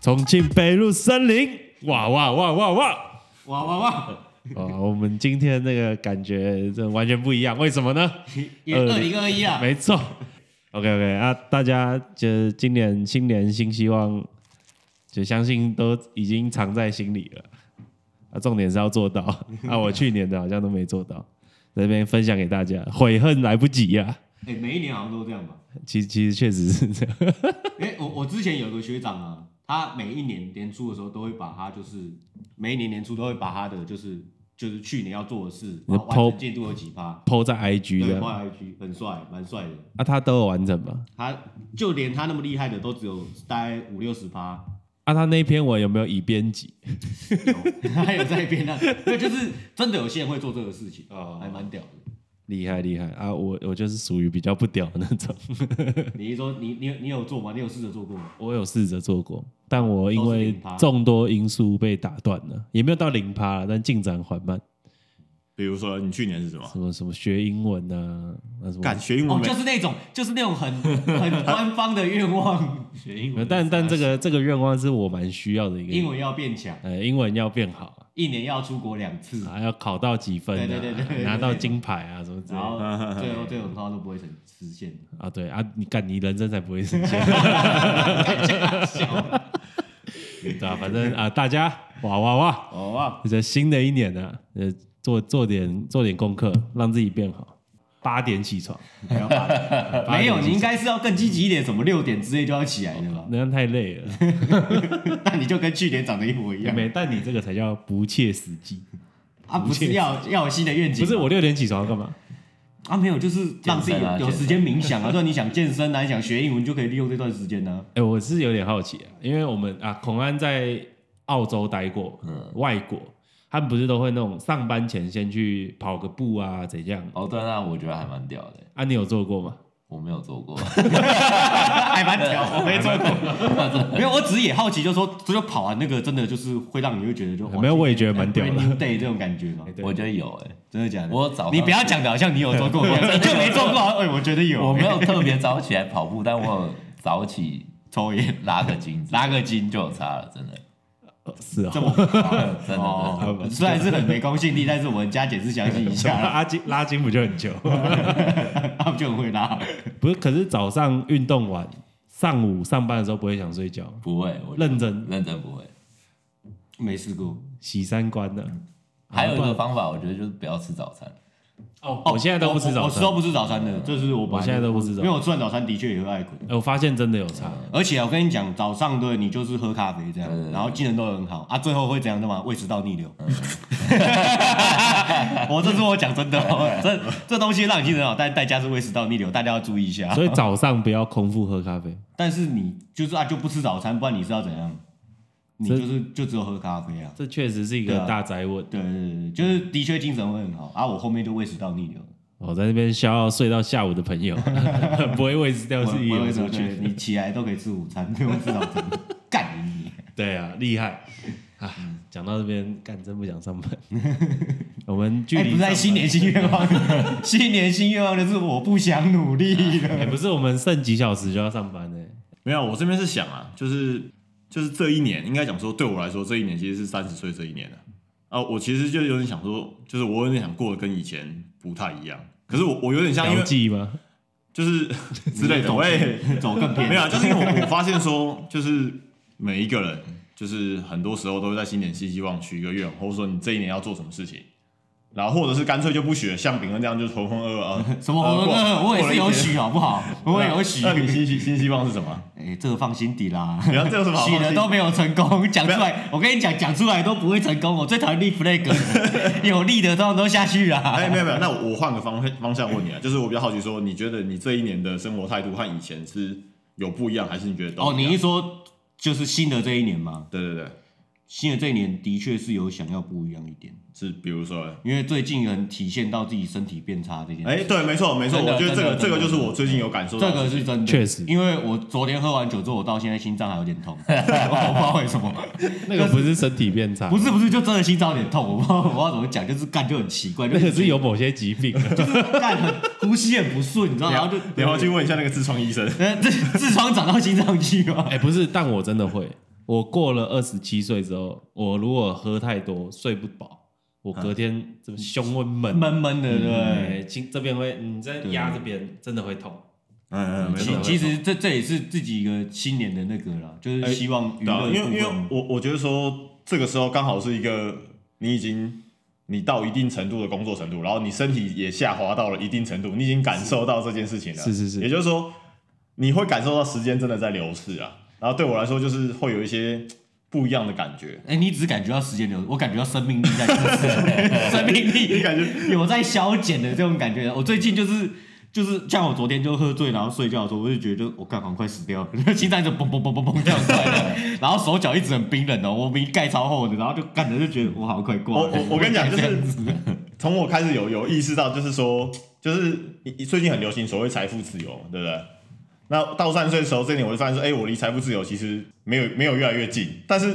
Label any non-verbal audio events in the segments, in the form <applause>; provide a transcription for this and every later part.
重庆北路森林，哇哇哇哇 <laughs> 哇！哇哇 <laughs> 哇！啊，我们今天那个感觉这完全不一样，为什么 <laughs> 呢？也二二零二一啊，没错，OK OK 啊，大家就是今年新年新希望，就相信都已经藏在心里了。啊，重点是要 <laughs> 做到。啊，我去年的好像都没做到，在这边分享给大家，悔恨来不及呀、啊哎、每一年好像都这样吧？其实其实确实是这样， <laughs> 哎、我我之前有个学长啊，他每一年年初的时候都会把他就是每一年年初都会把他的就是就是去年要做的事，你然后完 po- 成进度有几趴，抛在 IG 对，的。画 IG 很帅，蛮帅的。啊，他都有完成吗？他就连他那么厉害的都只有大概五六十 <laughs> 趴，啊，他那篇文有没有已编辑？有他有在变啊，那就是真的有些人会做这个事情，哦还蛮屌的。厉害厉害啊！我我就是属于比较不屌的那种， <laughs> 你一说你你你有做吗？你有试着做过吗？我有试着做过，但我因都是为零趴众多因素被打断了，也没有到零趴了，但进展缓慢。比如说你去年是什么？什么什么学英文啊，那什敢么，学英 <laughs> 文哦，没？就是那种，就是那种很 <laughs> 很官方的愿望， <laughs> 学英文，但但这个这个愿望是我蛮需要的一个，啊英文要变强，呃，英文要变好一年要出国两次，啊，要考到几分、啊，对对对对对拿到金牌啊什么之类然的后最后这种通常都不会成实现。啊，对啊，你干你人生才不会实 <laughs> 现， <laughs> 对啊，反正啊，大家哇哇哇。哦啊，这新的一年呢、呃，做做点做点功课，让自己变好。八点起床， <laughs> 没有，你应该是要更积极一点，什么六点之类就要起来的 <laughs> 吧？那样太累了。那你就跟去年长得一模一样没，但你这个才叫不切实际。啊！不是要要有新的愿不景吗？是我六点起床要干嘛？啊，没有，就是让自己健身啊有有健身时间冥想啊。对，你想健身啊，你想学英文，就可以利用这段时间啊呢、哎、我是有点好奇啊，因为我们啊，孔安在澳洲待过，嗯，外国，他们不是都会那种上班前先去跑个步啊，怎样？哦，对，那我觉得还蛮屌的，啊，你有做过吗？我没有做过， <laughs> 还蛮 <laughs> 屌，我没做过。没有，我只是也好奇，就说这就跑完那个，真的就是会让你会觉得就没有，我也觉得蛮屌的。对这种感觉 <laughs> 嘛，哎对 <laughs> 我觉得有哎，真的假的？我早上你不要讲的好像你有做过一样， <laughs> 你就没做过啊。哎，我觉得有，我没有特别早起来跑步，但我有早起抽烟，拉个筋之类的，拉个筋就有差了，真的，呃是哦这么浮夸 <laughs> 真的真的。哦，虽然是很没公信力，但是我们加减是相信一 <laughs> 下啦，阿金啊拉筋不就很久？他们就很会拉。 <laughs> 不是，可是早上运动完，上午上班的时候不会想睡觉，不会，我认真认真不会。没试过，洗三观的。还有一不个然方法，我觉得就是不要吃早餐。哦，哦我现在都不吃早我我餐，都不吃早餐的，这是我本我来现在都不吃因早为餐。我吃完早餐的确也会爱困。哎我发现真的有差，而且我跟你讲，早上对你就是喝咖啡这样，然后精神都很好啊，最后会怎样的嘛？胃食道逆流。 <laughs> 我这是我讲真的哦，这这东西让你精神好，但代价是胃食道逆流，大家要注意一下。所以早上不要空腹喝咖啡。但是你就是啊，就不吃早餐，不然你是要怎样？你这就是就只有喝咖啡啊。这确实是一对啊个大宅问。对对对，对就是的确精神会很好啊。我后面就胃食道逆流，我哦在那边消耗睡到下午的朋友， <laughs> 不会喂食掉我自己我游胃食出道对去。你起来都可以吃午餐，不用吃早餐，干你！对啊，厉害啊！讲到这边，干真不想上 <laughs> 班。我们距哎，离不是在上新年新愿 <laughs> 望，新年新愿望的是我不想努力了。班，哎，不是我们剩几小时就要上班呢？没有，我这边是想啊，就是就是这一年，应该讲说对我来说，这一年其实是三十岁这一年的啊。我其实就有点想说，就是我有点想过得跟以前不太一样。可是我我有点像因调为剂吗？就是 <laughs> 之类的，我也 <laughs> 走更偏，没有啊，就是因为我我发现说，就是每一个人，就是很多时候都会在新年新希望许一个愿，或者说你这一年要做什么事情，然后或者是干脆就不许了，像炳恩这样就浑浑噩噩 <laughs> 啊。什么红呃哥，过 <laughs> 我也过了是一有年许啊好不 <laughs> 好？我也有许。那你新希新希望是什么？ <laughs> 哎，这个放心底啦，你要这有什么好 <laughs> 许放了心都没有成 <laughs> 功，讲出来，我跟你讲，讲出来都不会成功。我最讨厌立 flag，了 <laughs> 有立的通常都下去啊哦啦。哎，没有没有，那我我换个方方向 <laughs> 问你啊，就是我比较好奇说，你觉得你这一年的生活态度和以前是有不一样，还是你觉得都哦，一你样一说就是新的这一年嘛，对对对，新的这一年的确是有想要不一样一点，是比如说，因为最近很体现到自己身体变差这件事。哎，对，没错没错，真的我觉得这真个的这个真的就是我最近有感受到这的，个是真的，确实因为我昨天喝完酒之后，我到现在心脏还有点痛，我不知道为什么。那个不是身体变差，不是不是，就真的心脏有点痛，我不知道我不知道怎么讲，就是干就很奇怪，就那个是有某些疾病。干很呼吸很不顺，你知道，然后就你要去问一下那个痔疮医生。呃痔痔疮长到心脏去吗？哎、不是，但我真的会，我过了二十七岁之后，我如果喝太多睡不饱，我嗯隔天这个胸会闷，闷闷的，对不对？对，颈这边会，你在压这边真的会痛。 <laughs> 嗯嗯，没真的错其会。其实这这也是自己一个新年的那个啦，就是希望娱对啊，乐因的为部因为分我我觉得说这个时候刚好是一个你已经你到一定程度的工作程度，然后你身体也下滑到了一定程度，你已经感受到这件事情了。是是是也就是说你会感受到时间真的在流逝啊。然后对我来说，就是会有一些不一样的感觉。哎、你只感觉到时间流，我感觉到生命力在流 <laughs> 逝生命力你感觉有在消减的这种感觉。我最近就是就是像我昨天就喝醉，然后睡觉的时候，我就觉得就我干，赶快死掉了， <laughs> 心脏就嘣嘣嘣嘣嘣跳出来了，然后手脚一直很冰冷哦，我明明盖超厚的，然后就干着就觉得我好像快挂我了。我我跟你讲，就这样是从我开始有有意识到，就是说，就是一最近很流行所谓财富自由，对不对？那到三十岁的时候，这一点我就发现说，哎、我离财富自由其实没有没有越来越近，但是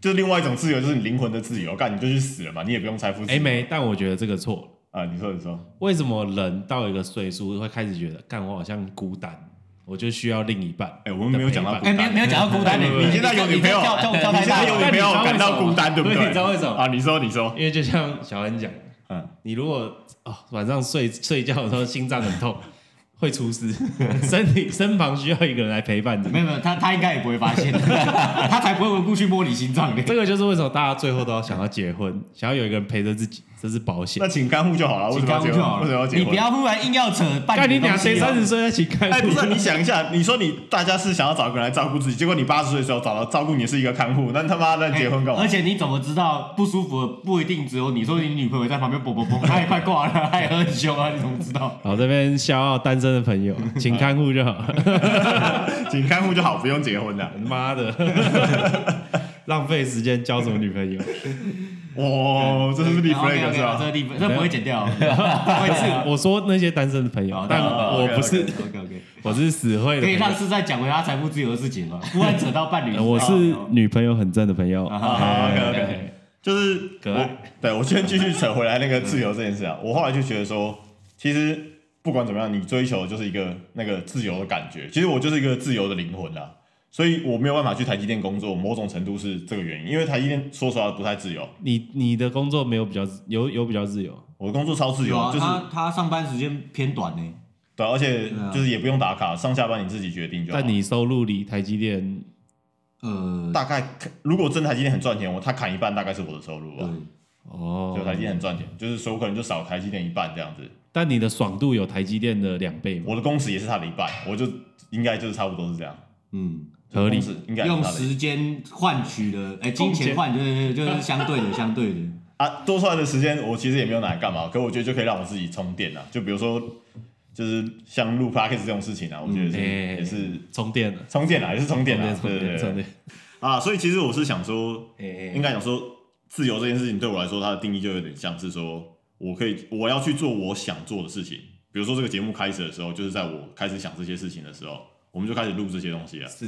就是另外一种自由，就是你灵魂的自由，干你就去死了嘛，你也不用财富自哎、由。没，但我觉得这个错了。啊，你说你说，为什么人到一个岁数会开始觉得，干我好像孤单，我就需要另一半？哎、我们没有讲到的孤陪哎、伴没有没有讲到孤单的，你现在有女朋友跳跳跳你太现大在哎有了。女朋友但你知道为什么感吗到孤单，对不对对？你知道为什么啊？你说你说，因为就像小恩讲的，嗯你如果哦晚上睡睡觉的时候心脏很 <laughs> 痛，会出事， <laughs> 身体身旁需要一个人来陪伴着。没有没有，他他应该也不会发现，他才不会无故去摸你心脏的。这个就是为什么大家最后都要想要结婚，想要有一个人陪着自己，这是保险那。请干护就好了，为什请么干要呼结就好婚？为什么要了，结你婚？不要忽然硬要扯半。干你俩哦谁三十？岁再起开户？ <laughs> 哎，<laughs> 不是，你想一下，你说你大家是想要找个人来照顾自己，结果你八十岁的时候找到照顾你是一个看护，那他妈的结婚干嘛而？且你怎么知道不舒服的不一定只有你？说你女朋友在旁边啵啵啵，她也快挂了，她也很凶啊，你怎么知道？好，这边笑傲单身的朋友，请看护就好了。请看护就好，不用结婚哎的。妈的， <laughs> 浪费时间交什么女朋友？哇，哦这是不是 flag 是啊，这吧？是立 flag，这不会剪掉，不会不是啊剪，我说那些单身的朋友好，但好我哦啊 OK，不是， OK OK，我是死会的可朋以友。让是在讲回他财富自由的事情吗？忽然扯到伴侣，呃我是哦女朋友很正的朋友。啊好，OK 哎 OK，就是可爱我。对我先继续扯回来那个自由这件事啊，我后来就觉得说，其实不管怎么样，你追求就是一个那个自由的感觉。其实我就是一个自由的灵魂啊，所以我没有办法去台积电工作，某种程度是这个原因，因为台积电说实话不太自由。你你的工作没有比较自有有比较自由，我的工作超自由，就是啊他他上班时间偏短呢，对，而且对啊就是也不用打卡，上下班你自己决定就好。但你收入离台积电呃，大概如果真台积电很赚钱，我他砍一半大概是我的收入吧。对，哦就，台积电很赚钱，就是所以我可能就少台积电一半这样子。但你的爽度有台积电的两倍吗？我的工时也是他的一半，我就应该就是差不多是这样，嗯。合理工时应该也是用他的一时间换取的，哎、金空钱间换，对对对，就是相对的，相对的。啊。多出来的时间我其实也没有拿来干嘛，可我觉得就可以让我自己充电啊。就比如说，就是像录 podcast 这种事情啊，我觉得是、哎也是充电了，充电啊，也是充电啊，充对对电，充对电。啊。所以其实我是想说，哎应该讲说，自由这件事情对我来说，它的定义就有点像是说，我可以我要去做我想做的事情。比如说这个节目开始的时候，就是在我开始想这些事情的时候，我们就开始录这些东西了。是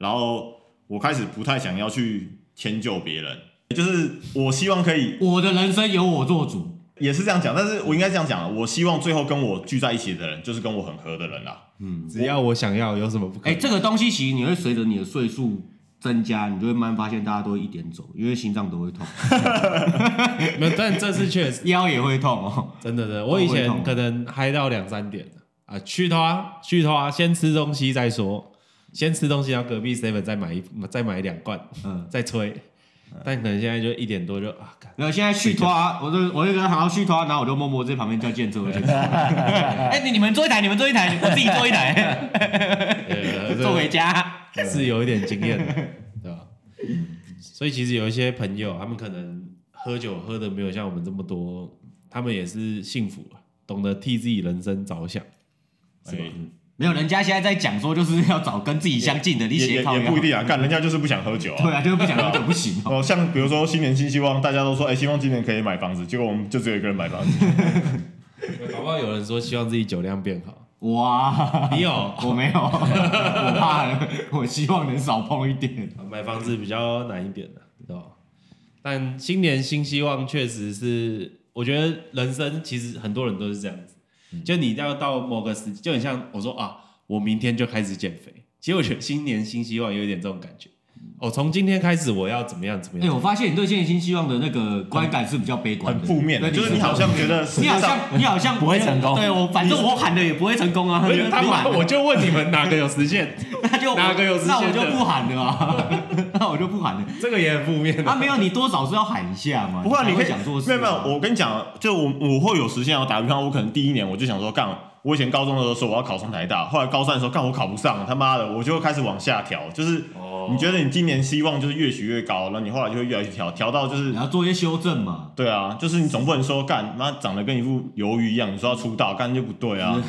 然后我开始不太想要去迁就别人，就是我希望可以我的人生由我做主，也是这样讲，但是我应该这样讲啊，我希望最后跟我聚在一起的人，就是跟我很合的人啦、只要我想要，有什么不可哎、以？这个东西其实你会随着你的岁数增加，你就会慢慢发现大家都会一点走，因为心脏都会痛，没有，但这是确实腰也会痛哦。真的真的。我以我会痛前可能嗨到两三点啊，去他去他，先吃东西再说，先吃东西，然后隔壁 seven 再买一再买两罐，嗯，再吹。嗯但可能现在就一点多就啊，干然后现在续拖啊，我就我就跟他好像续拖啊，然后我就默默在旁边叫建车，我就哎、你你们坐一台，你们坐一台，我自己坐一台， <laughs> 呃坐回家。是有一点经验的，对吧？所以其实有一些朋友，他们可能喝酒喝的没有像我们这么多，他们也是幸福啊，懂得替自己人生着想，是吧？哎没有，人家现在在讲说就是要找跟自己相近的，你也也写靠也腰不一。定啊，干人家就是不想喝酒啊。对啊，就是不想喝酒不行哦。哦，像比如说新年新希望，大家都说，哎、希望今年可以买房子，结果我们就只有一个人买房子，搞不好有人说希望自己酒量变好，哇，你有我没有，我怕了，我希望能少碰一点。买房子比较难一点的、对吧？但新年新希望确实是，我觉得人生其实很多人都是这样子，就你要到某个时，就很像我说啊，我明天就开始减肥。其实我觉得新年新希望有一点这种感觉，哦，从今天开始我要怎么样怎么哎、样，我发现你对新年新希望的那个观感是比较悲观很的，负面的，对就是你好像觉得世你界好上像你好像不会成功对我反正我喊的也不会成功啊，不是他你妈，喊我就问你们哪个有实 <laughs> 现？ <laughs> 那就哪个有实现那的我就不喊了啊， <laughs> 那我就不喊了。这个也很负面啊，的。没有你多少是要喊一下嘛，不会啊，你才你可会以想做事没啊、有没有，我跟你讲，就我我会有实现啊。我打个比方，我可能第一年我就想说，干，我以前高中的时候说我要考上台大，后来高三的时候，干我考不上，他妈的，我就会开始往下调。就是哦你觉得你今年希望就是越许越高，那你后来就会越来越调，调到就是你要做一些修正嘛。对啊，就是你总不能说干妈长得跟一副鱿鱼一样，你说要出道，干就不 <laughs> 对啊。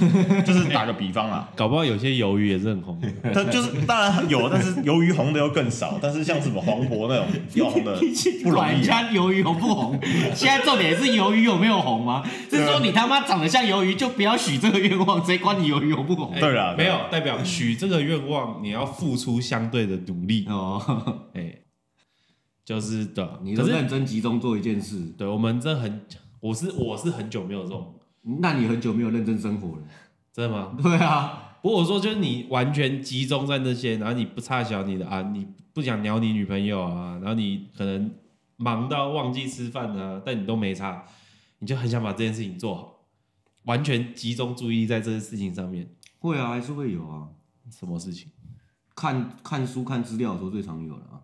就是打个比方啊， <laughs> 搞不好有些鱿鱼也是很红的，他就是当然有，但是鱿鱼红的又更少，但是像什么黄 <laughs> 渤那种要红的 <laughs> 不容管人易、啊。家鱿鱼红不红？ <laughs> 现在重点是鱿鱼有没有红吗？是说你他妈长得像鱿鱼就不要许这个愿望，谁管你鱿鱼红不红？对啦哎没有代表许这个愿望，你要付出相对的努力。哦， <laughs> 哎，就是的，你可都是认真集中做一件事，对我们真的很，我是我是很久没有这种，那你很久没有认真生活了。真的吗？对啊，不过我说就是你完全集中在那些，然后你不差小你的啊，你不想鸟你女朋友啊，然后你可能忙到忘记吃饭啊，但你都没差，你就很想把这件事情做好，完全集中注意力在这件事情上面。会啊，还是会有啊。什么事情？看看书、看资料的时候最常有了啊。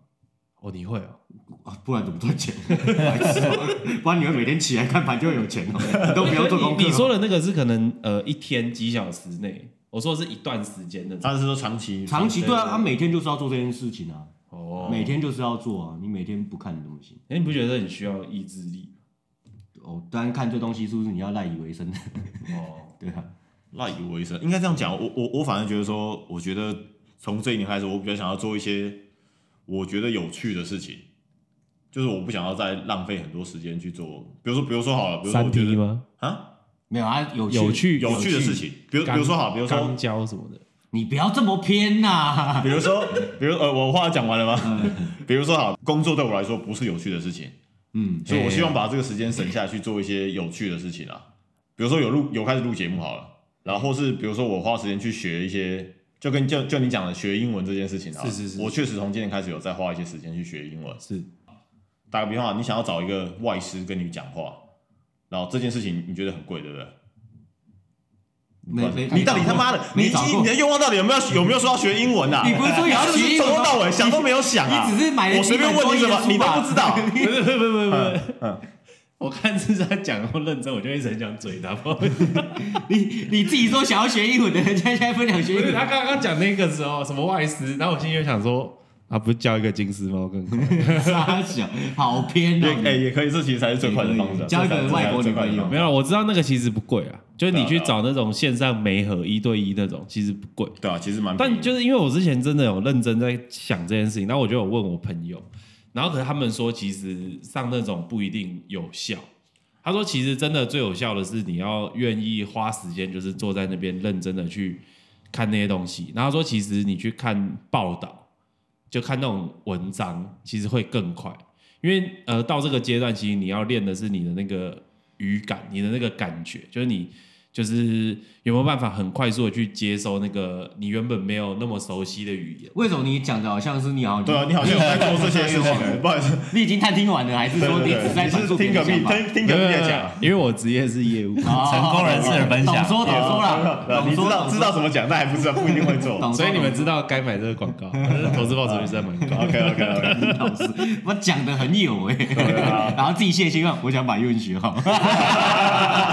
哦，你会哦。啊，不然怎么赚钱？ <laughs> 白痴哦不然你会每天起来看盘就会有钱哦， <laughs> 你都不用做功课哦。你。你说的那个是可能呃一天几小时内，我说的是一段时间的。他是说长期长期对啊，对对他每天就是要做这件事情啊，哦，每天就是要做啊，你每天不看你怎么行？哎、你不觉得很需要意志力？哦，当然看这东西是不是你要赖以为生的？ <laughs> 哦，对啊，赖以为生，应该这样讲。我我我反而觉得说，我觉得从这一年开始，我比较想要做一些我觉得有趣的事情，就是我不想要再浪费很多时间去做。比如说，比如说好了，比如说我觉得吗？啊，没有啊，有有趣有趣的事，情，比如比如说好，比如钢说胶什么的。你不要这么偏呐、比如说比如呃，我话讲完了吗？ <laughs> 比如说好，工作对我来说不是有趣的事情，嗯，所以我希望把这个时间省下去做一些有趣的事情啊，比如说有录有开始录节目好了，然后或是比如说我花时间去学一些，就跟就就你讲的学英文这件事情啊，是是是我确实从今年开始有在花一些时间去学英文。是，打个比方啊，你想要找一个外师跟你讲话，然后这件事情你觉得很贵，对不对？没没，你到底他妈的，你没找你过你的，愿望到底有没有有没有说要学英文啊？你不是说有要是不是学英文从吗头到尾想都没有想啊？你只是买了我随便问你怎么，你几都本多余的书吧不知道。 <laughs> 不是不是不是不嗯是，我看是他讲那么认真，我就一直很想嘴他。不好 <laughs> 意思你你自己说想要学英文的人，现在现在分享学不英是 <laughs> 文，他刚刚讲那个时候什么外师，然后我心里就想说，啊，不是叫一个金丝猫更好？傻小，好偏也哦、哎、你也可以，这其实才是最快的方式啊。交一个这才是外国最快的女朋友方式 <laughs> 没有，我知道那个其实不贵啊，就是你去对啊对啊找那种线上媒合一对一那种，其实不贵。对啊，其实蛮便宜但的。就是因为我之前真的有认真在想这件事情，然后我就有问我朋友，然后可是他们说其实上那种不一定有效。他说其实真的最有效的是你要愿意花时间，就是坐在那边认真的去看那些东西。然后他说其实你去看报道，就看那种文章，其实会更快，因为呃到这个阶段，其实你要练的是你的那个语感，你的那个感觉，就是你就是有没有办法很快速的去接收那个你原本没有那么熟悉的语言。为什么你讲的好像是你好像对啊，你 <laughs> 好像有在做这些事情欸，不好意思，你已经探听完了，还是对说对你只对，在你转是述别听人隔的壁想法？听听隔壁在讲。因为我职业是业务，哦成功人士的分享懂说懂说啦，对啊懂你说知道知道怎么讲，但还不知道不一定会做。懂说，所以你们知道该买这个广 <laughs> 告，可是投资报酬率真的蛮高。 <laughs> OK OK OK，道老师，我讲的很有哎、 <laughs> 然后自己谢心啊，我想把英文学好， <laughs>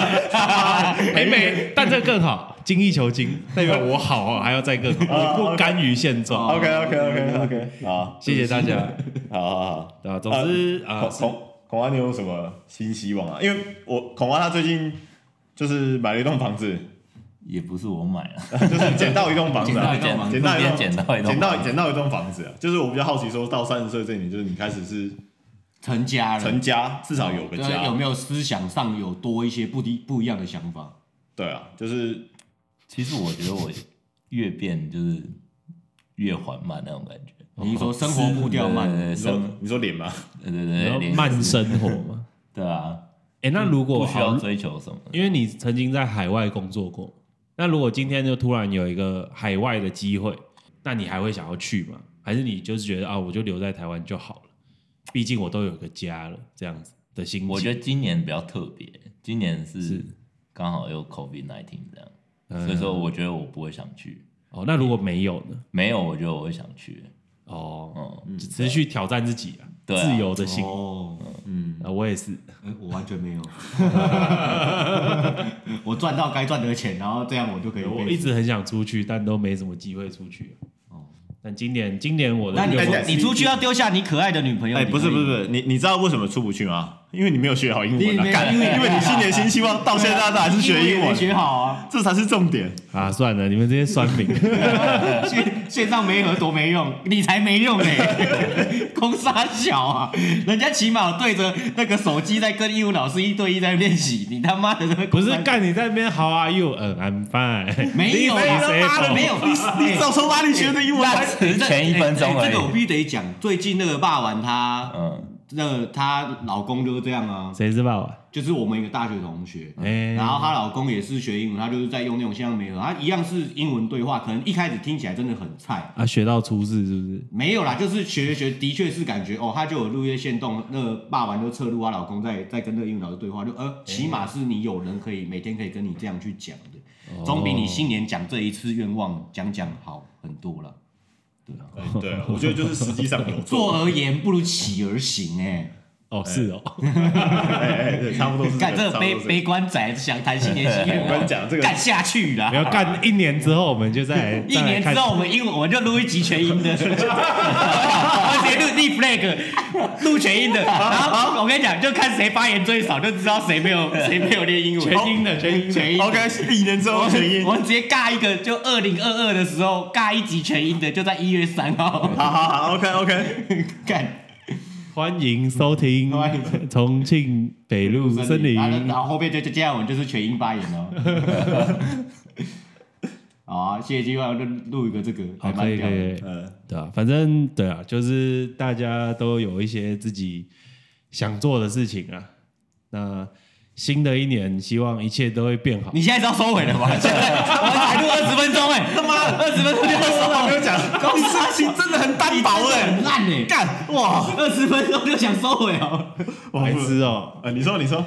美美，哎但这更好，精益求精，代表我好啊，还要再更 <laughs> 哦好，我不甘于现状。 OK OK OK OK，好，谢谢大家。好好好。 <laughs> 对啊，总之啊孔，孔孔安，你有什么新希望啊？因为我孔安他最近就是买了一栋房子， <laughs> 也不是我买啊了，就是捡到一栋房子啊，捡到捡捡路到边一捡到一栋栋，捡到捡到一栋房子啊。就是我比较好奇，说到三十岁这一年，就是你开始是成家了，成家，至少有个对啊有家。没有思想上有多一些不一不一样的想法？对啊，就是其实我觉得我越变就是越缓慢那种感觉，你说生活步调慢，对对对你说生你说脸吗？对对然后对，连呃慢生活嘛。对啊， <laughs> 哎，那如果不需要好，追求什么，因为你曾经在海外工作过，那如果今天就突然有一个海外的机会，那你还会想要去吗？还是你就是觉得啊，我就留在台湾就好了，毕竟我都有个家了，这样子的心情。我觉得今年比较特别，今年是是刚好有 COVID nineteen 这样，嗯所以说我觉得我不会想去，哦，那如果没有呢？没有我觉得我会想去，哦，嗯，就持续挑战自己啊，对啊自由的心啊、哦，嗯我也是，呃我完全没有， <laughs> 我赚到该赚的钱，然后这样我就可以我被。一直很想出去，但都没什么机会出去、哦但今年今年我的那你愿望你出去要丢下你可爱的女朋友？哎、你不是可以啊不是不是，你你知道为什么出不去吗？因为你没有学好英你文、啊没，有干因为因为你新年新希望到现在都还是学英也没文，学好啊，这才是重点。啊，算了，你们这些酸 <laughs> 民，线线上没合多没用， <laughs> 你才没用嘞、空沙小啊，人家起码有对着那个手机在跟义务老师一对一在练习，你他妈的这个不空是山干你在那边 How are you？嗯，I'm fine。没有你啊，谁妈的懂没有，哎你你早说哪里学的英文？只前一分钟而哎这个我已，必须得讲，最近那个霸王他，嗯，那个她老公就是这样啊，谁知道啊？就是我们一个大学同学，哎然后她老公也是学英文，她就是在用那种线上媒合，她一样是英文对话，可能一开始听起来真的很菜，啊，学到出事是不是？没有啦，就是学学，的确是感觉哦，她就有入夜线动，那个霸王就侧录她老公在在跟那个英文老师对话，就呃，起码是你有人可以每天可以跟你这样去讲的，总比你新年讲这一次愿望讲讲好很多了。哎对，我觉得就是实际上有坐而言不如起而行、哎。哦，是哦， <laughs> 哎哎，对，差不多是干这这个个悲。差不多是这个悲观仔想谈新年新愿望，我跟你讲这个干下去啦 <laughs> 我。要干一年之后，我们就 <laughs> 再来一年之后，我们英文我们就录一集全英 <laughs> 的，而且录立 flag，录全英的。然后我跟你讲，就看谁发言最少，就知道谁 <laughs> 没有谁没有练英文。全英的全英的全英的 OK，一年之后全英我。们直接尬一个，就二零二二的时候尬一集全英的，就在一月 <laughs> 三号。好好好，OK OK，干，欢迎收 <laughs> 听欢迎重庆北路森林。然后然后后面就就接下来我们就是全英发言哦。 <laughs> 好啊，谢谢机会，我就录一个这个，还好，可蛮以屌可的。以，嗯，对啊，反正对啊，就是大家都有一些自己想做的事情啊。那新的一年，希望一切都会变好。你现在是要收尾了 <laughs> 吗？现在我们才录二十分钟哎、他妈二十分钟就收我尾，没有讲，你事情真的很单薄哎很，烂哎、干哇，二十分钟就想收尾哦、白痴哦、呃，你说你说，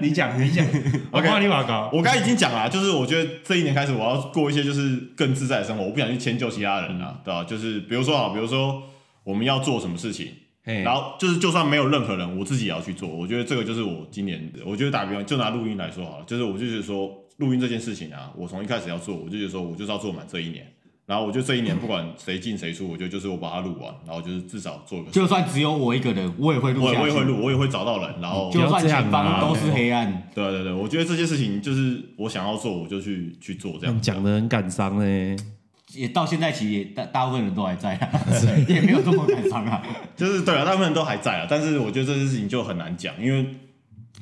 你讲你讲我 OK 帮你把搞。我刚才已经讲了，就是我觉得这一年开始，我要过一些就是更自在的生活，我不想去迁就其他人嗯啊，对吧、就是比如说啊，比如说我们要做什么事情，嘿然后嗯就是就算没有任何人，我自己也要去做。我觉得这个就是我今年，我觉得打比方，就拿录音来说好了，就是我就觉得说录音这件事情啊，我从一开始要做，我就觉得说我就是要做满这一年。然后我就这一年不管谁进谁出，我觉得就是我把它录完，然后就是至少做个，就算只有我一个人，我也会录我下也去。我也会录，我也会找到人，然后就不算要这样啊前方都是黑暗，对啊对对，我觉得这些事情就是我想要做，我就去去做这这样样。讲的很感伤欸呢。也到现在其实也大大部分人都还在 <laughs> 啊，也没有这么感伤 <laughs> 啊。就是对啊，大部分人都还在啊，但是我觉得这件事情就很难讲，因为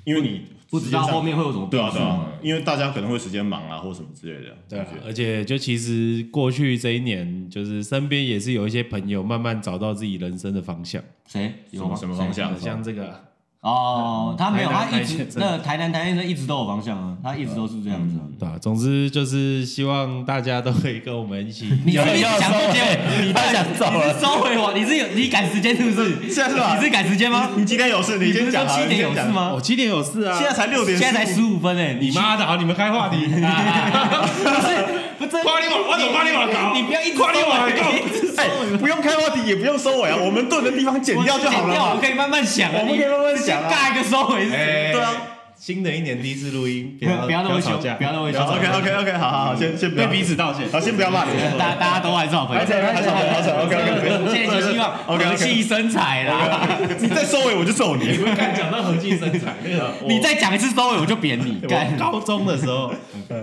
因为你不知道时间上后面会有什么对啊变数对嗯啊，因为大家可能会时间忙啊或什么之类的。对、我啊觉得，而且就其实过去这一年，就是身边也是有一些朋友慢慢找到自己人生的方向，谁有吗？什么什么方向谁像这个啊哦，他没有，台他南一台南直那台南台南生一直都有方向啊，他一直都是这样子啊。对吧、总之就是希望大家都可以跟我们一起你是不是有想有做收结尾，尾你他想走了你是收回我，你是有你赶时间是不是？现在是吧你是赶时间吗？你今天有事，你你不先是说讲啊七点有事？<laughs> 吗？我七点有事啊！你先讲现在才六点，现在才十五分哎，你妈的好，你们开话题， <laughs> 不 <laughs> 是夸你我我怎么夸你我搞你不要一直夸你收我尾搞 <laughs> 一直收尾哎不用开话题，也不用收尾啊，我们顿的地方剪掉剪就好掉我了嘛。可以慢慢想啊，我们可以慢慢想啊你尬一个收尾是什么。<laughs> 对对啊，哎新的一年第一次录音，不要不要那么吵凶，架，不要那么凶。 OK OK OK，好好好，先先不对要嗯彼此道歉。好，先不要骂你。大大家都还是好朋友。还是好朋友还是好 <laughs> 朋友还是好朋友，OK，OK，别现在就希望 <laughs> OK，OK 和气生财啦。你再收尾我就揍 <laughs> 你。你们敢讲到和气生财那个我你再讲一次收尾，我就扁你。<laughs> 干我，高中的时 <laughs> 候，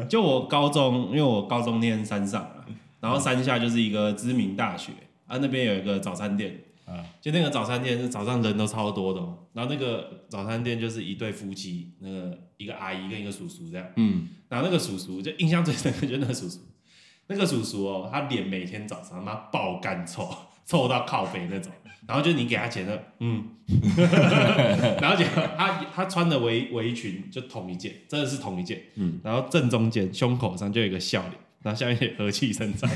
就我高中，因为我高中念山上嘛，嗯然后山下就是一个知名大学，啊那边有一个早餐店，嗯啊就那个早餐店是早上人都超多的、哦，然后那个早餐店就是一对夫妻，那个一个阿姨跟一个叔叔这样，嗯，然后那个叔叔就印象最深刻就是那个叔叔，那个叔叔哦，他脸每天早上他妈爆干臭，臭到靠背那种。然后就你给他钱的，嗯，然后结果他他穿的围围裙就同一件，真的是同一件，嗯，然后正中间胸口上就有一个笑脸，然后下面也和气生财，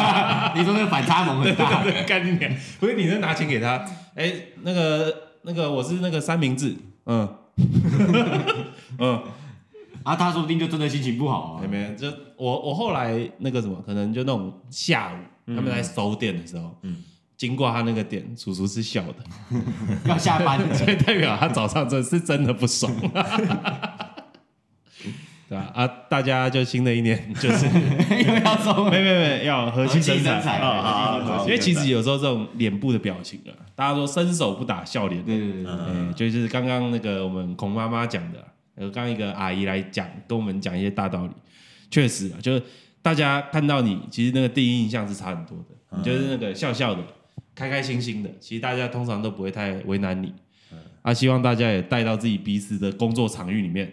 <laughs> 你说那反差萌很大，干你娘！不是你是拿钱给他，哎，那个那个我是那个三明治，嗯嗯，啊，他说不定就真的心情不好啊没。没，就我我后来那个什么，可能就那种下午他们在收店的时候，嗯，经过他那个店，叔叔是笑的，要下班， <laughs> 所以代表他早上真的是真的不爽。 <laughs> 对啊，啊，大家就新的一年就是因为要收 <laughs> 没没没，要和气生和气生财财啊啊啊啊！因为其实有时候这种脸部的表情啊，大家说伸手不打笑脸，对对对对，哎、嗯就是刚刚那个我们孔妈妈讲的，呃，刚刚一个阿姨来讲，跟我们讲一些大道理，确实啊，就是大家看到你，其实那个第一印象是差很多的，你就是那个笑笑的、开开心心的，其实大家通常都不会太为难你。啊，希望大家也带到自己彼此的工作场域里面，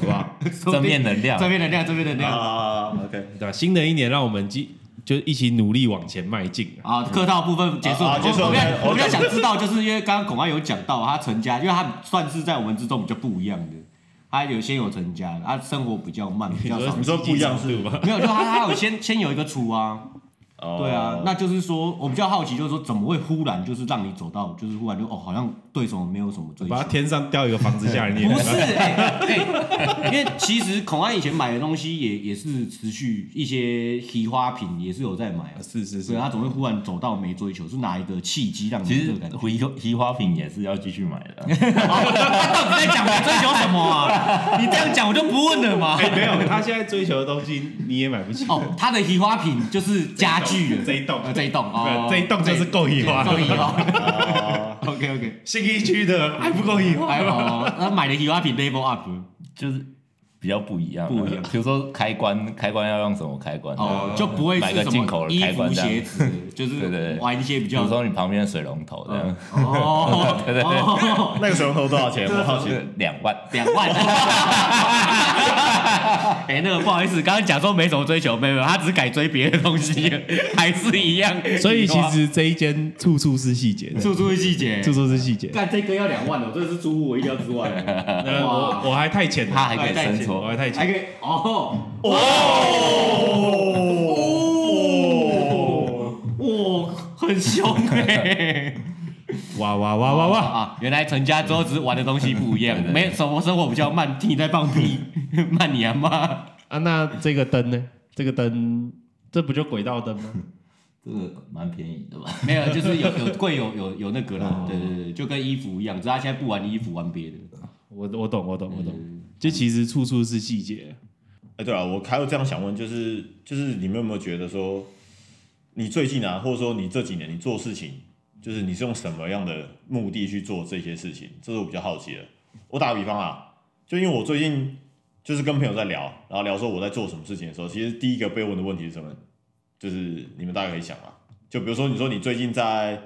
好不好？ <laughs> 正面能量正，面能量，正面能量。啊，OK，对吧？新的一年，让我们继就一起努力往前迈进啊！啊，客套部分结束啊了啊。结束了我们要 OK，OK 我们要想知道，就是因为刚刚孔安有讲到他成家，因为他算是在我们之中比较不一样的，他有先有成家，他生活比较 <laughs> 慢，比较少你。说不一样是吗？没有，就他他有先 <laughs> 先有一个厨啊，哦对啊，那就是说，我比较好奇，就是说怎么会忽然就是让你走到，就是忽然就哦，好像对什么没有什么追求把它。天上掉一个房子下来，你也 <laughs> 不是，哎、哎因为其实孔安以前买的东西也也是持续一些提花品也是有在买啊，是是所是以，他总会忽然走到没追求，是哪一个契机让你其有这实个感觉？回移花瓶也是要继续买的。他到底在讲没追求什么啊？ <laughs> 你这样讲我就不问了嘛。 <laughs> 哎没有，他现在追求的东西你也买不起。哦，他的移花品就是家具了，这一栋啊呃这一栋，哦对，这一栋就是够移花，够移花。哦 OK OK。新一区的还不够移花。还有他哎哦买的移花品 level up，哦就是比较不一样，不一样比如说开关，开关要用什么开关？哦，就不会买是个什进口么的衣开服、关这鞋样。子，就对对是对玩一些比比较如说你旁边的水龙头这样，哦，对对对哦那个水龙头多少钱？我好奇。是两万，两万。 <laughs> 哎，那个不好意思，刚刚讲说没什么追求，没有，没有他只改追别的东西， <laughs> 还是一样。所以其实这一间处处是细节的，处处是细节，处处是细节。干这个要两万哦，这是出乎我意料之 <laughs> 外的。那啊哇我我还太浅了，它还可以伸我缩，还太还浅。可以哦，哦，哇，很 <laughs> 凶哎。哇哇哇哇哇！啊，原来成家之后只是玩的东西不 <laughs> 一样，对对对没生活生活比较慢，听你在放 <laughs> 屁，慢你啊妈！啊，那这个灯呢？这个灯，这不就轨道灯吗？ <laughs> 这个蛮便宜的吧？ <laughs> 没有，就是有有贵有有有那个啦，对对对，就跟衣服一样，只是他现在不玩衣服，玩别的。我我懂，我懂，我嗯懂。就其实处处是细节。哎，对了，我还有这样想问，就是就是你们有没有觉得说，你最近啊，或者说你这几年你做事情，就是你是用什么样的目的去做这些事情？这是我比较好奇的。我打个比方啊，就因为我最近就是跟朋友在聊，然后聊说我在做什么事情的时候，其实第一个被问的问题是什么？就是你们大概可以想啊，就比如说你说你最近在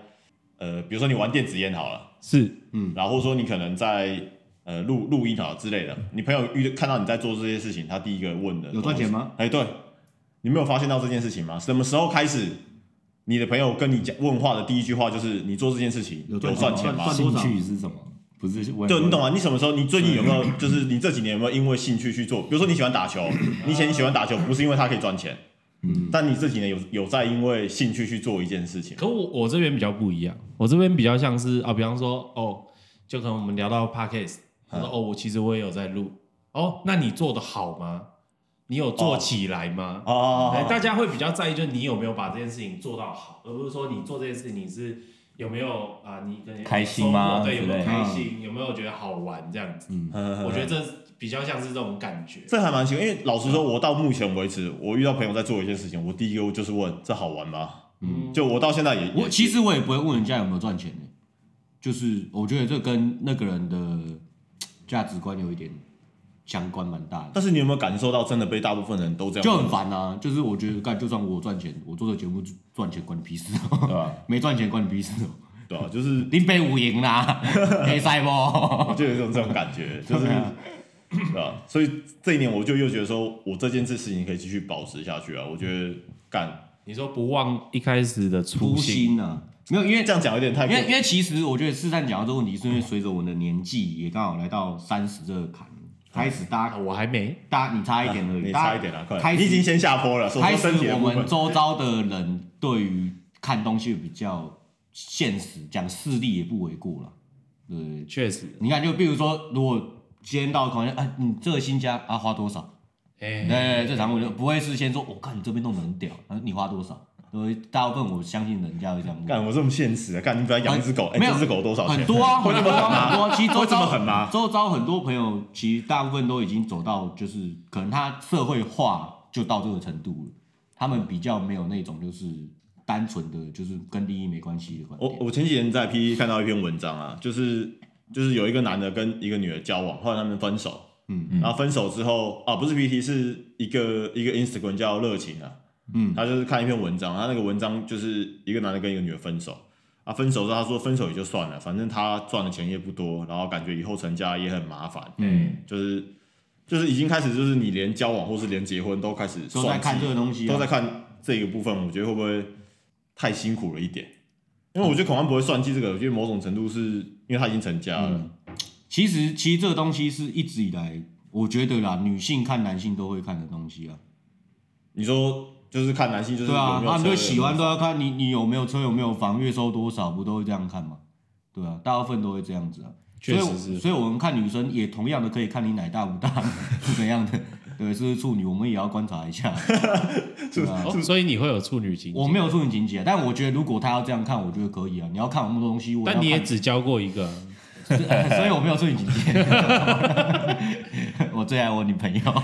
呃，比如说你玩电子烟好了。是，然后或者说你可能在呃录录音啊之类的，你朋友遇看到你在做这些事情，他第一个问的有赚钱吗？哎，对，你没有发现到这件事情吗？什么时候开始，你的朋友跟你讲问话的第一句话就是你做这件事情有赚赚钱吗钱吗赚？兴趣是什么？不是问对，你懂吗？啊你什么时候？你最近有没有？就是你这几年有没有因为兴趣去做？比如说你喜欢打球，你以前喜欢打球，不是因为它可以赚钱，嗯，但你这几年有有在因为兴趣去做一件事情吗，可我我这边比较不一样，我这边比较像是啊，比方说哦，就可能我们聊到 podcast，他说哦，我其实我也有在录，哦，那你做的好吗？你有做哦起来吗？哦哎，大家会比较在意，就是你有没有把这件事情做到好，而不是说你做这件事情你是有没有啊、你可能有开心吗收获对，有没有之类开的心，有没有觉得好玩这样子？嗯我觉得这比较像是这种感觉。这还蛮奇怪，因为老实说，我到目前为止，我遇到朋友在做一件事情，我第一个就是问这好玩吗？嗯，就我到现在也，我也其实我也不会问人家有没有赚钱的，就是我觉得这跟那个人的价值观有一点相关，蛮大的。但是你有没有感受到，真的被大部分人都这样就问？很烦啊，就是我觉得干，就算我赚钱，我做的节目就赚钱关你屁事、对哦，吧？没赚钱关你屁事哦、对啊，就是林北五赢啦， <laughs> 黑塞我不？就有一种这种感觉，就是 <laughs> 对啊对啊，所以这一年我就又觉得说，我这件事事情可以继续保持下去啊。我觉得干你说不忘一开始的初初心，心啊，没有，因为这样讲有点太因过为因为其实我觉得世善讲到这个问题，是因为随着我的年纪也刚好来到三十这个坎，开始大啊家我还没，大家你差一点而已，嗯啊你大家差一点了，快！开你已经始先下坡了，说开说始身体的我部们分。周遭的人对于看东西比较现实，讲势利也不为过了。对，确实，你看，就比如说，如果今天到同学，哎、你这个新家啊花多少？哎、对，最常我就不会事先说，我、看你这边弄得很屌，啊你花多少？对，大部分我相信人家会这样问。干，我这么现实啊！干，你本来养一只狗，哎，没有这只狗多少钱？很 <laughs> 多啊，会很这多么狠啊很吗？多啊。其实周会这遭么狠吗？周遭很多朋友，其实大部分都已经走到，就是可能他社会化就到这个程度了。他们比较没有那种就是单纯的，就是跟利益没关系的观我点。我前几天在 PE 看到一篇文章啊，就是就是有一个男的跟一个女的交往，后来他们分手，嗯然后分手之后啊，不是 PPT，是一个一个 Instagram 叫热情啊，嗯他就是看一篇文章，他那个文章就是一个男的跟一个女的分手啊，分手之后他说分手也就算了，反正他赚的钱也不多，然后感觉以后成家也很麻烦，嗯，就是就是已经开始就是你连交往或是连结婚都开始都在算计看这个东西、啊，都在看这个部分，我觉得会不会太辛苦了一点？因为我觉得孔安不会算计这个，我觉得某种程度是因为他已经成家了，其实，其实这个东西是一直以来，我觉得啦，女性看男性都会看的东西啊。你说就是看男性就是对有啊，没有他们就车喜欢都要看你你有没有车，有没有房，月收多少，不都会这样看吗？对啊，大部分都会这样子啊。确实所以我是所以我们看女生也同样的可以看你奶大不大 <laughs> 是怎样的，对，是不是处女，我们也要观察一下。对啊，哦 <laughs> 所以你会有处女情节我没有处女情节，啊但我觉得如果他要这样看，我觉得可以啊。你要看我那么多东西，我要但你也 <laughs> 看只交过一个啊、所以我没有处女情节。 <laughs> 我最爱我女朋友， <laughs>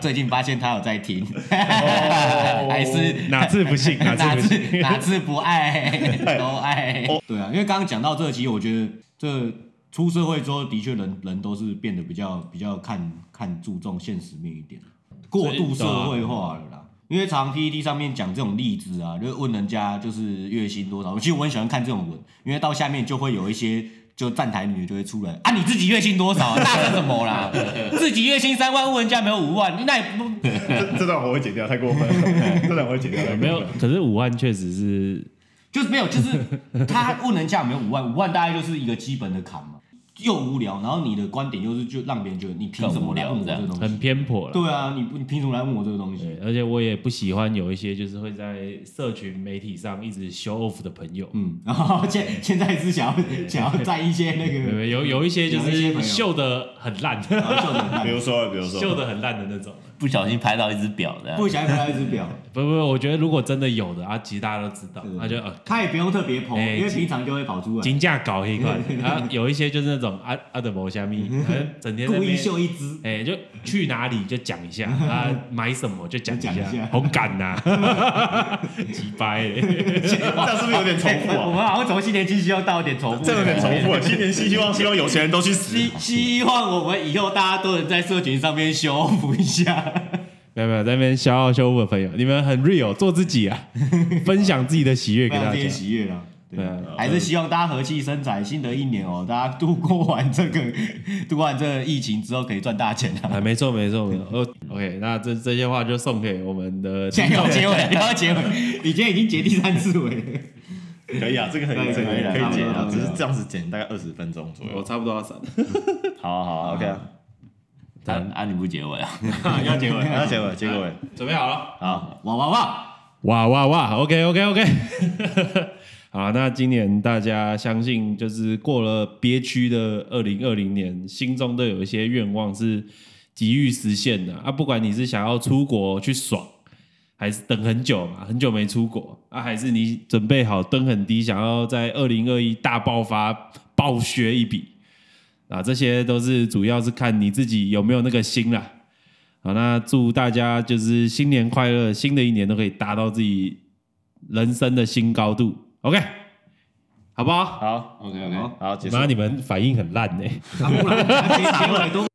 最近发现她有在听， <laughs> 还是哦哪次不 <laughs> 信哪次不哪哎信？次哪次不爱都爱。哦对啊，因为刚刚讲到这个，其实我觉得这出社会之后，的确人人都是变得比较比较看看注重现实面一点，过度社啊会化了啦。因为常 PPT 上面讲这种例子啊，就是问人家就是月薪多少，其实我很喜欢看这种文，因为到下面就会有一些就站台女的就会出来啊，你自己月薪多少、啊？大声什 <laughs> 么啦？自己月薪三万，问人家有没有五万，那也不这这段我会剪掉，太过分 <laughs> 了，这段我会剪掉。太过分了没有，可是武汉确实是就是没有，就是他问人家有没有五万，五万大概就是一个基本的坎嘛，又无聊，然后你的观点又是就让别人觉得你凭什么来问我这个东很西？偏颇了。对啊，你不你凭什么来问我这个东西？对，而且我也不喜欢有一些就是会在社群媒体上一直 show off 的朋友，嗯， <laughs> 然后现现在是想要想要占一些那对个，有有一些就有一些是朋友秀的很烂，然后秀的比烂如说，比如秀说，的很烂的那种。不小心拍到一只表的，不想拍一只表，不不，我觉得如果真的有的啊，其实大家都知道，对那就呃他也不用特别捧，哎因为平常就会跑出来，金价搞一 <laughs> 块，然后有一些就是那种阿阿德某虾米，反正啊整天在那故边意秀一只，哎、就去哪里就讲一 <laughs> 下啊，买什么就讲一就讲一下下，红感呐、 <laughs> 几掰、欸，这样是不是有点重复我 <laughs> 啊？们好像从新年期需要到一点重复，这样有点重复。了。新年新希望，希望有钱人都 <laughs> 去死。希希望我们以后大家都能在社群上面修复一下。没有没有，在那边消耗修复的朋友，你们很 real，做自己 <laughs> 啊，分享自己的喜悦给非常大这些家。喜悦啦。对对啊啊，还是希望大家和气生财，新的一年哦，大家度过完这个 <laughs> 度过完这个疫情之后，可以赚大钱啊！ <laughs> 啊，没错没错没错。哦 OK，那这这些话就送给我们的现在要结尾了，要结尾，你今天已经结第三次尾了，可以啊，这个可以，对这个可可以以啊可以剪差啊不，多只是这样子剪大概二十分钟左我右。差不多要散了。 <laughs> 好啊好啊，OK 啊，啊啊你不结尾啊？要结尾那结尾，结尾， <laughs> 准备好了？好。哇哇 <laughs> 哇！哇哇哇！OK OK OK 。 <laughs> 好，那今年大家相信就是过了憋屈的二零二零年，心中都有一些愿望是急于实现的啊。不管你是想要出国去爽，还是等很久嘛，很久没出国啊，还是你准备好登很低，想要在二零二一大爆发暴削一笔啊，这些都是主要是看你自己有没有那个心啦。好，那祝大家就是新年快乐，新的一年都可以达到自己人生的新高度。OK，好不好？好 OK，OK 好，结束妈，。你们反应很烂呢、啊不然结结尾都